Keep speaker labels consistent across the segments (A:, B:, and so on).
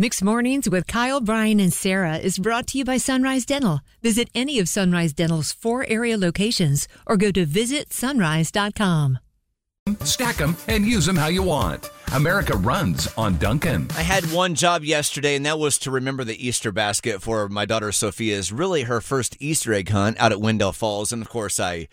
A: Mixed Mornings with Kyle, Brian, and Sarah is brought to you by Sunrise Dental. Visit any of Sunrise Dental's four area locations or go to visitsunrise.com.
B: stack them, and use them how you want. America runs on Duncan.
C: I had one job yesterday, and that was to remember the Easter basket for my daughter Sophia's really her first Easter egg hunt out at Wendell Falls. And of course, I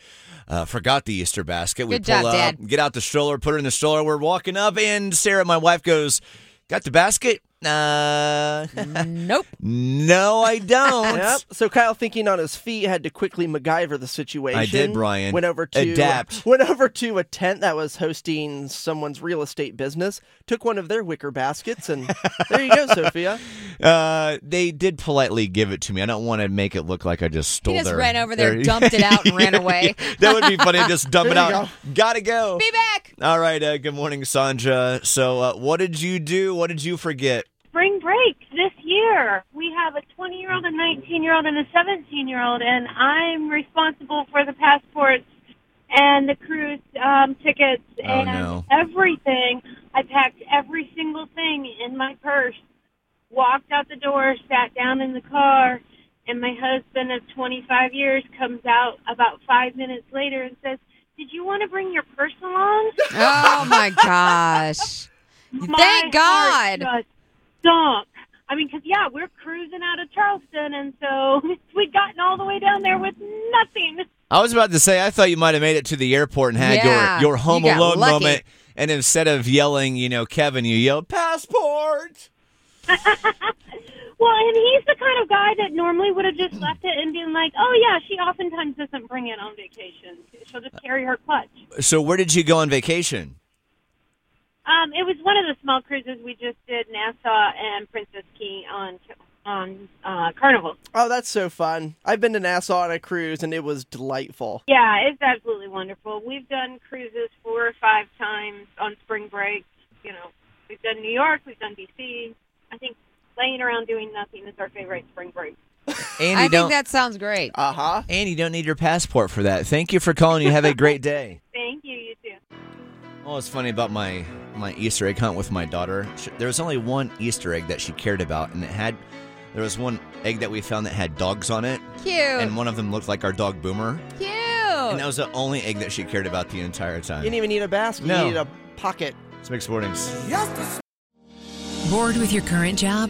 C: uh, forgot the Easter basket. We
D: Good job,
C: pull up,
D: Dad.
C: get out the stroller, put her in the stroller. We're walking up, and Sarah, my wife, goes, "Got the basket?" Uh,
D: Nope.
C: no, I don't.
E: Yep. So Kyle, thinking on his feet, had to quickly MacGyver the situation.
C: I did, Brian.
E: Went over to
C: Adapt.
E: Went over to a tent that was hosting someone's real estate business. Took one of their wicker baskets, and there you go, Sophia.
C: Uh, they did politely give it to me. I don't want to make it look like I just stole.
D: He just
C: their-
D: ran over there,
C: their-
D: dumped it out, and ran away.
C: that would be funny. Just dump it
E: There you
C: out. Gotta go.
D: Be back.
C: All right. Uh, good morning, Sandra. So, uh, what did you do? What did you forget?
F: spring break this year. We have a 20 year old, a 19 year old, and a 17 year old, and I'm responsible for the passports and the cruise um, tickets
C: Oh,
F: and
C: no.
F: everything. I packed every single thing in my purse, walked out the door, sat down in the car, and my husband of 25 years comes out about five minutes later and says, did you want to bring your purse along?
D: Oh my gosh.
F: My
D: Thank God.
F: heart just sunk. I mean, 'cause yeah, we're cruising out of Charleston, and so we'd gotten all the way down there with nothing.
C: I was about to say I thought you might have made it to the airport and had
D: Yeah,
C: your your home
D: you got
C: alone
D: lucky.
C: moment. And instead of yelling, you know, Kevin, you yelled passport.
F: Well, and he's the kind of guy that normally would have just left it and been like, "Oh yeah, she oftentimes doesn't bring it on vacation. She'll just carry her clutch."
C: So where did you go on vacation?
F: Um, it was one of the small cruises we just did, Nassau and Princess Key on on uh, Carnival.
E: Oh, that's so fun. I've been to Nassau on a cruise, and it was delightful.
F: Yeah, it's absolutely wonderful. We've done cruises four or five times on spring break. You know, we've done New York, we've done DC. I think laying around doing nothing is our favorite spring break.
C: Andy,
D: I think
C: don't
D: that sounds great.
E: Uh huh.
C: Andy, don't need your passport for that. Thank you for calling. You have a great day.
F: Thank you, you too.
C: Well, it's funny about my my Easter egg hunt with my daughter. She, there was only one Easter egg that she cared about, and it had there was one egg that we found that had dogs on it,
D: Cute.
C: and one of them looked like our dog Boomer,
D: Cute.
C: and that was the only egg that she cared about the entire
E: Oh. You
C: time.
E: didn't even need a basket.
C: No.
E: You needed a pocket.
C: it's mixed mornings.
A: Bored with your current job?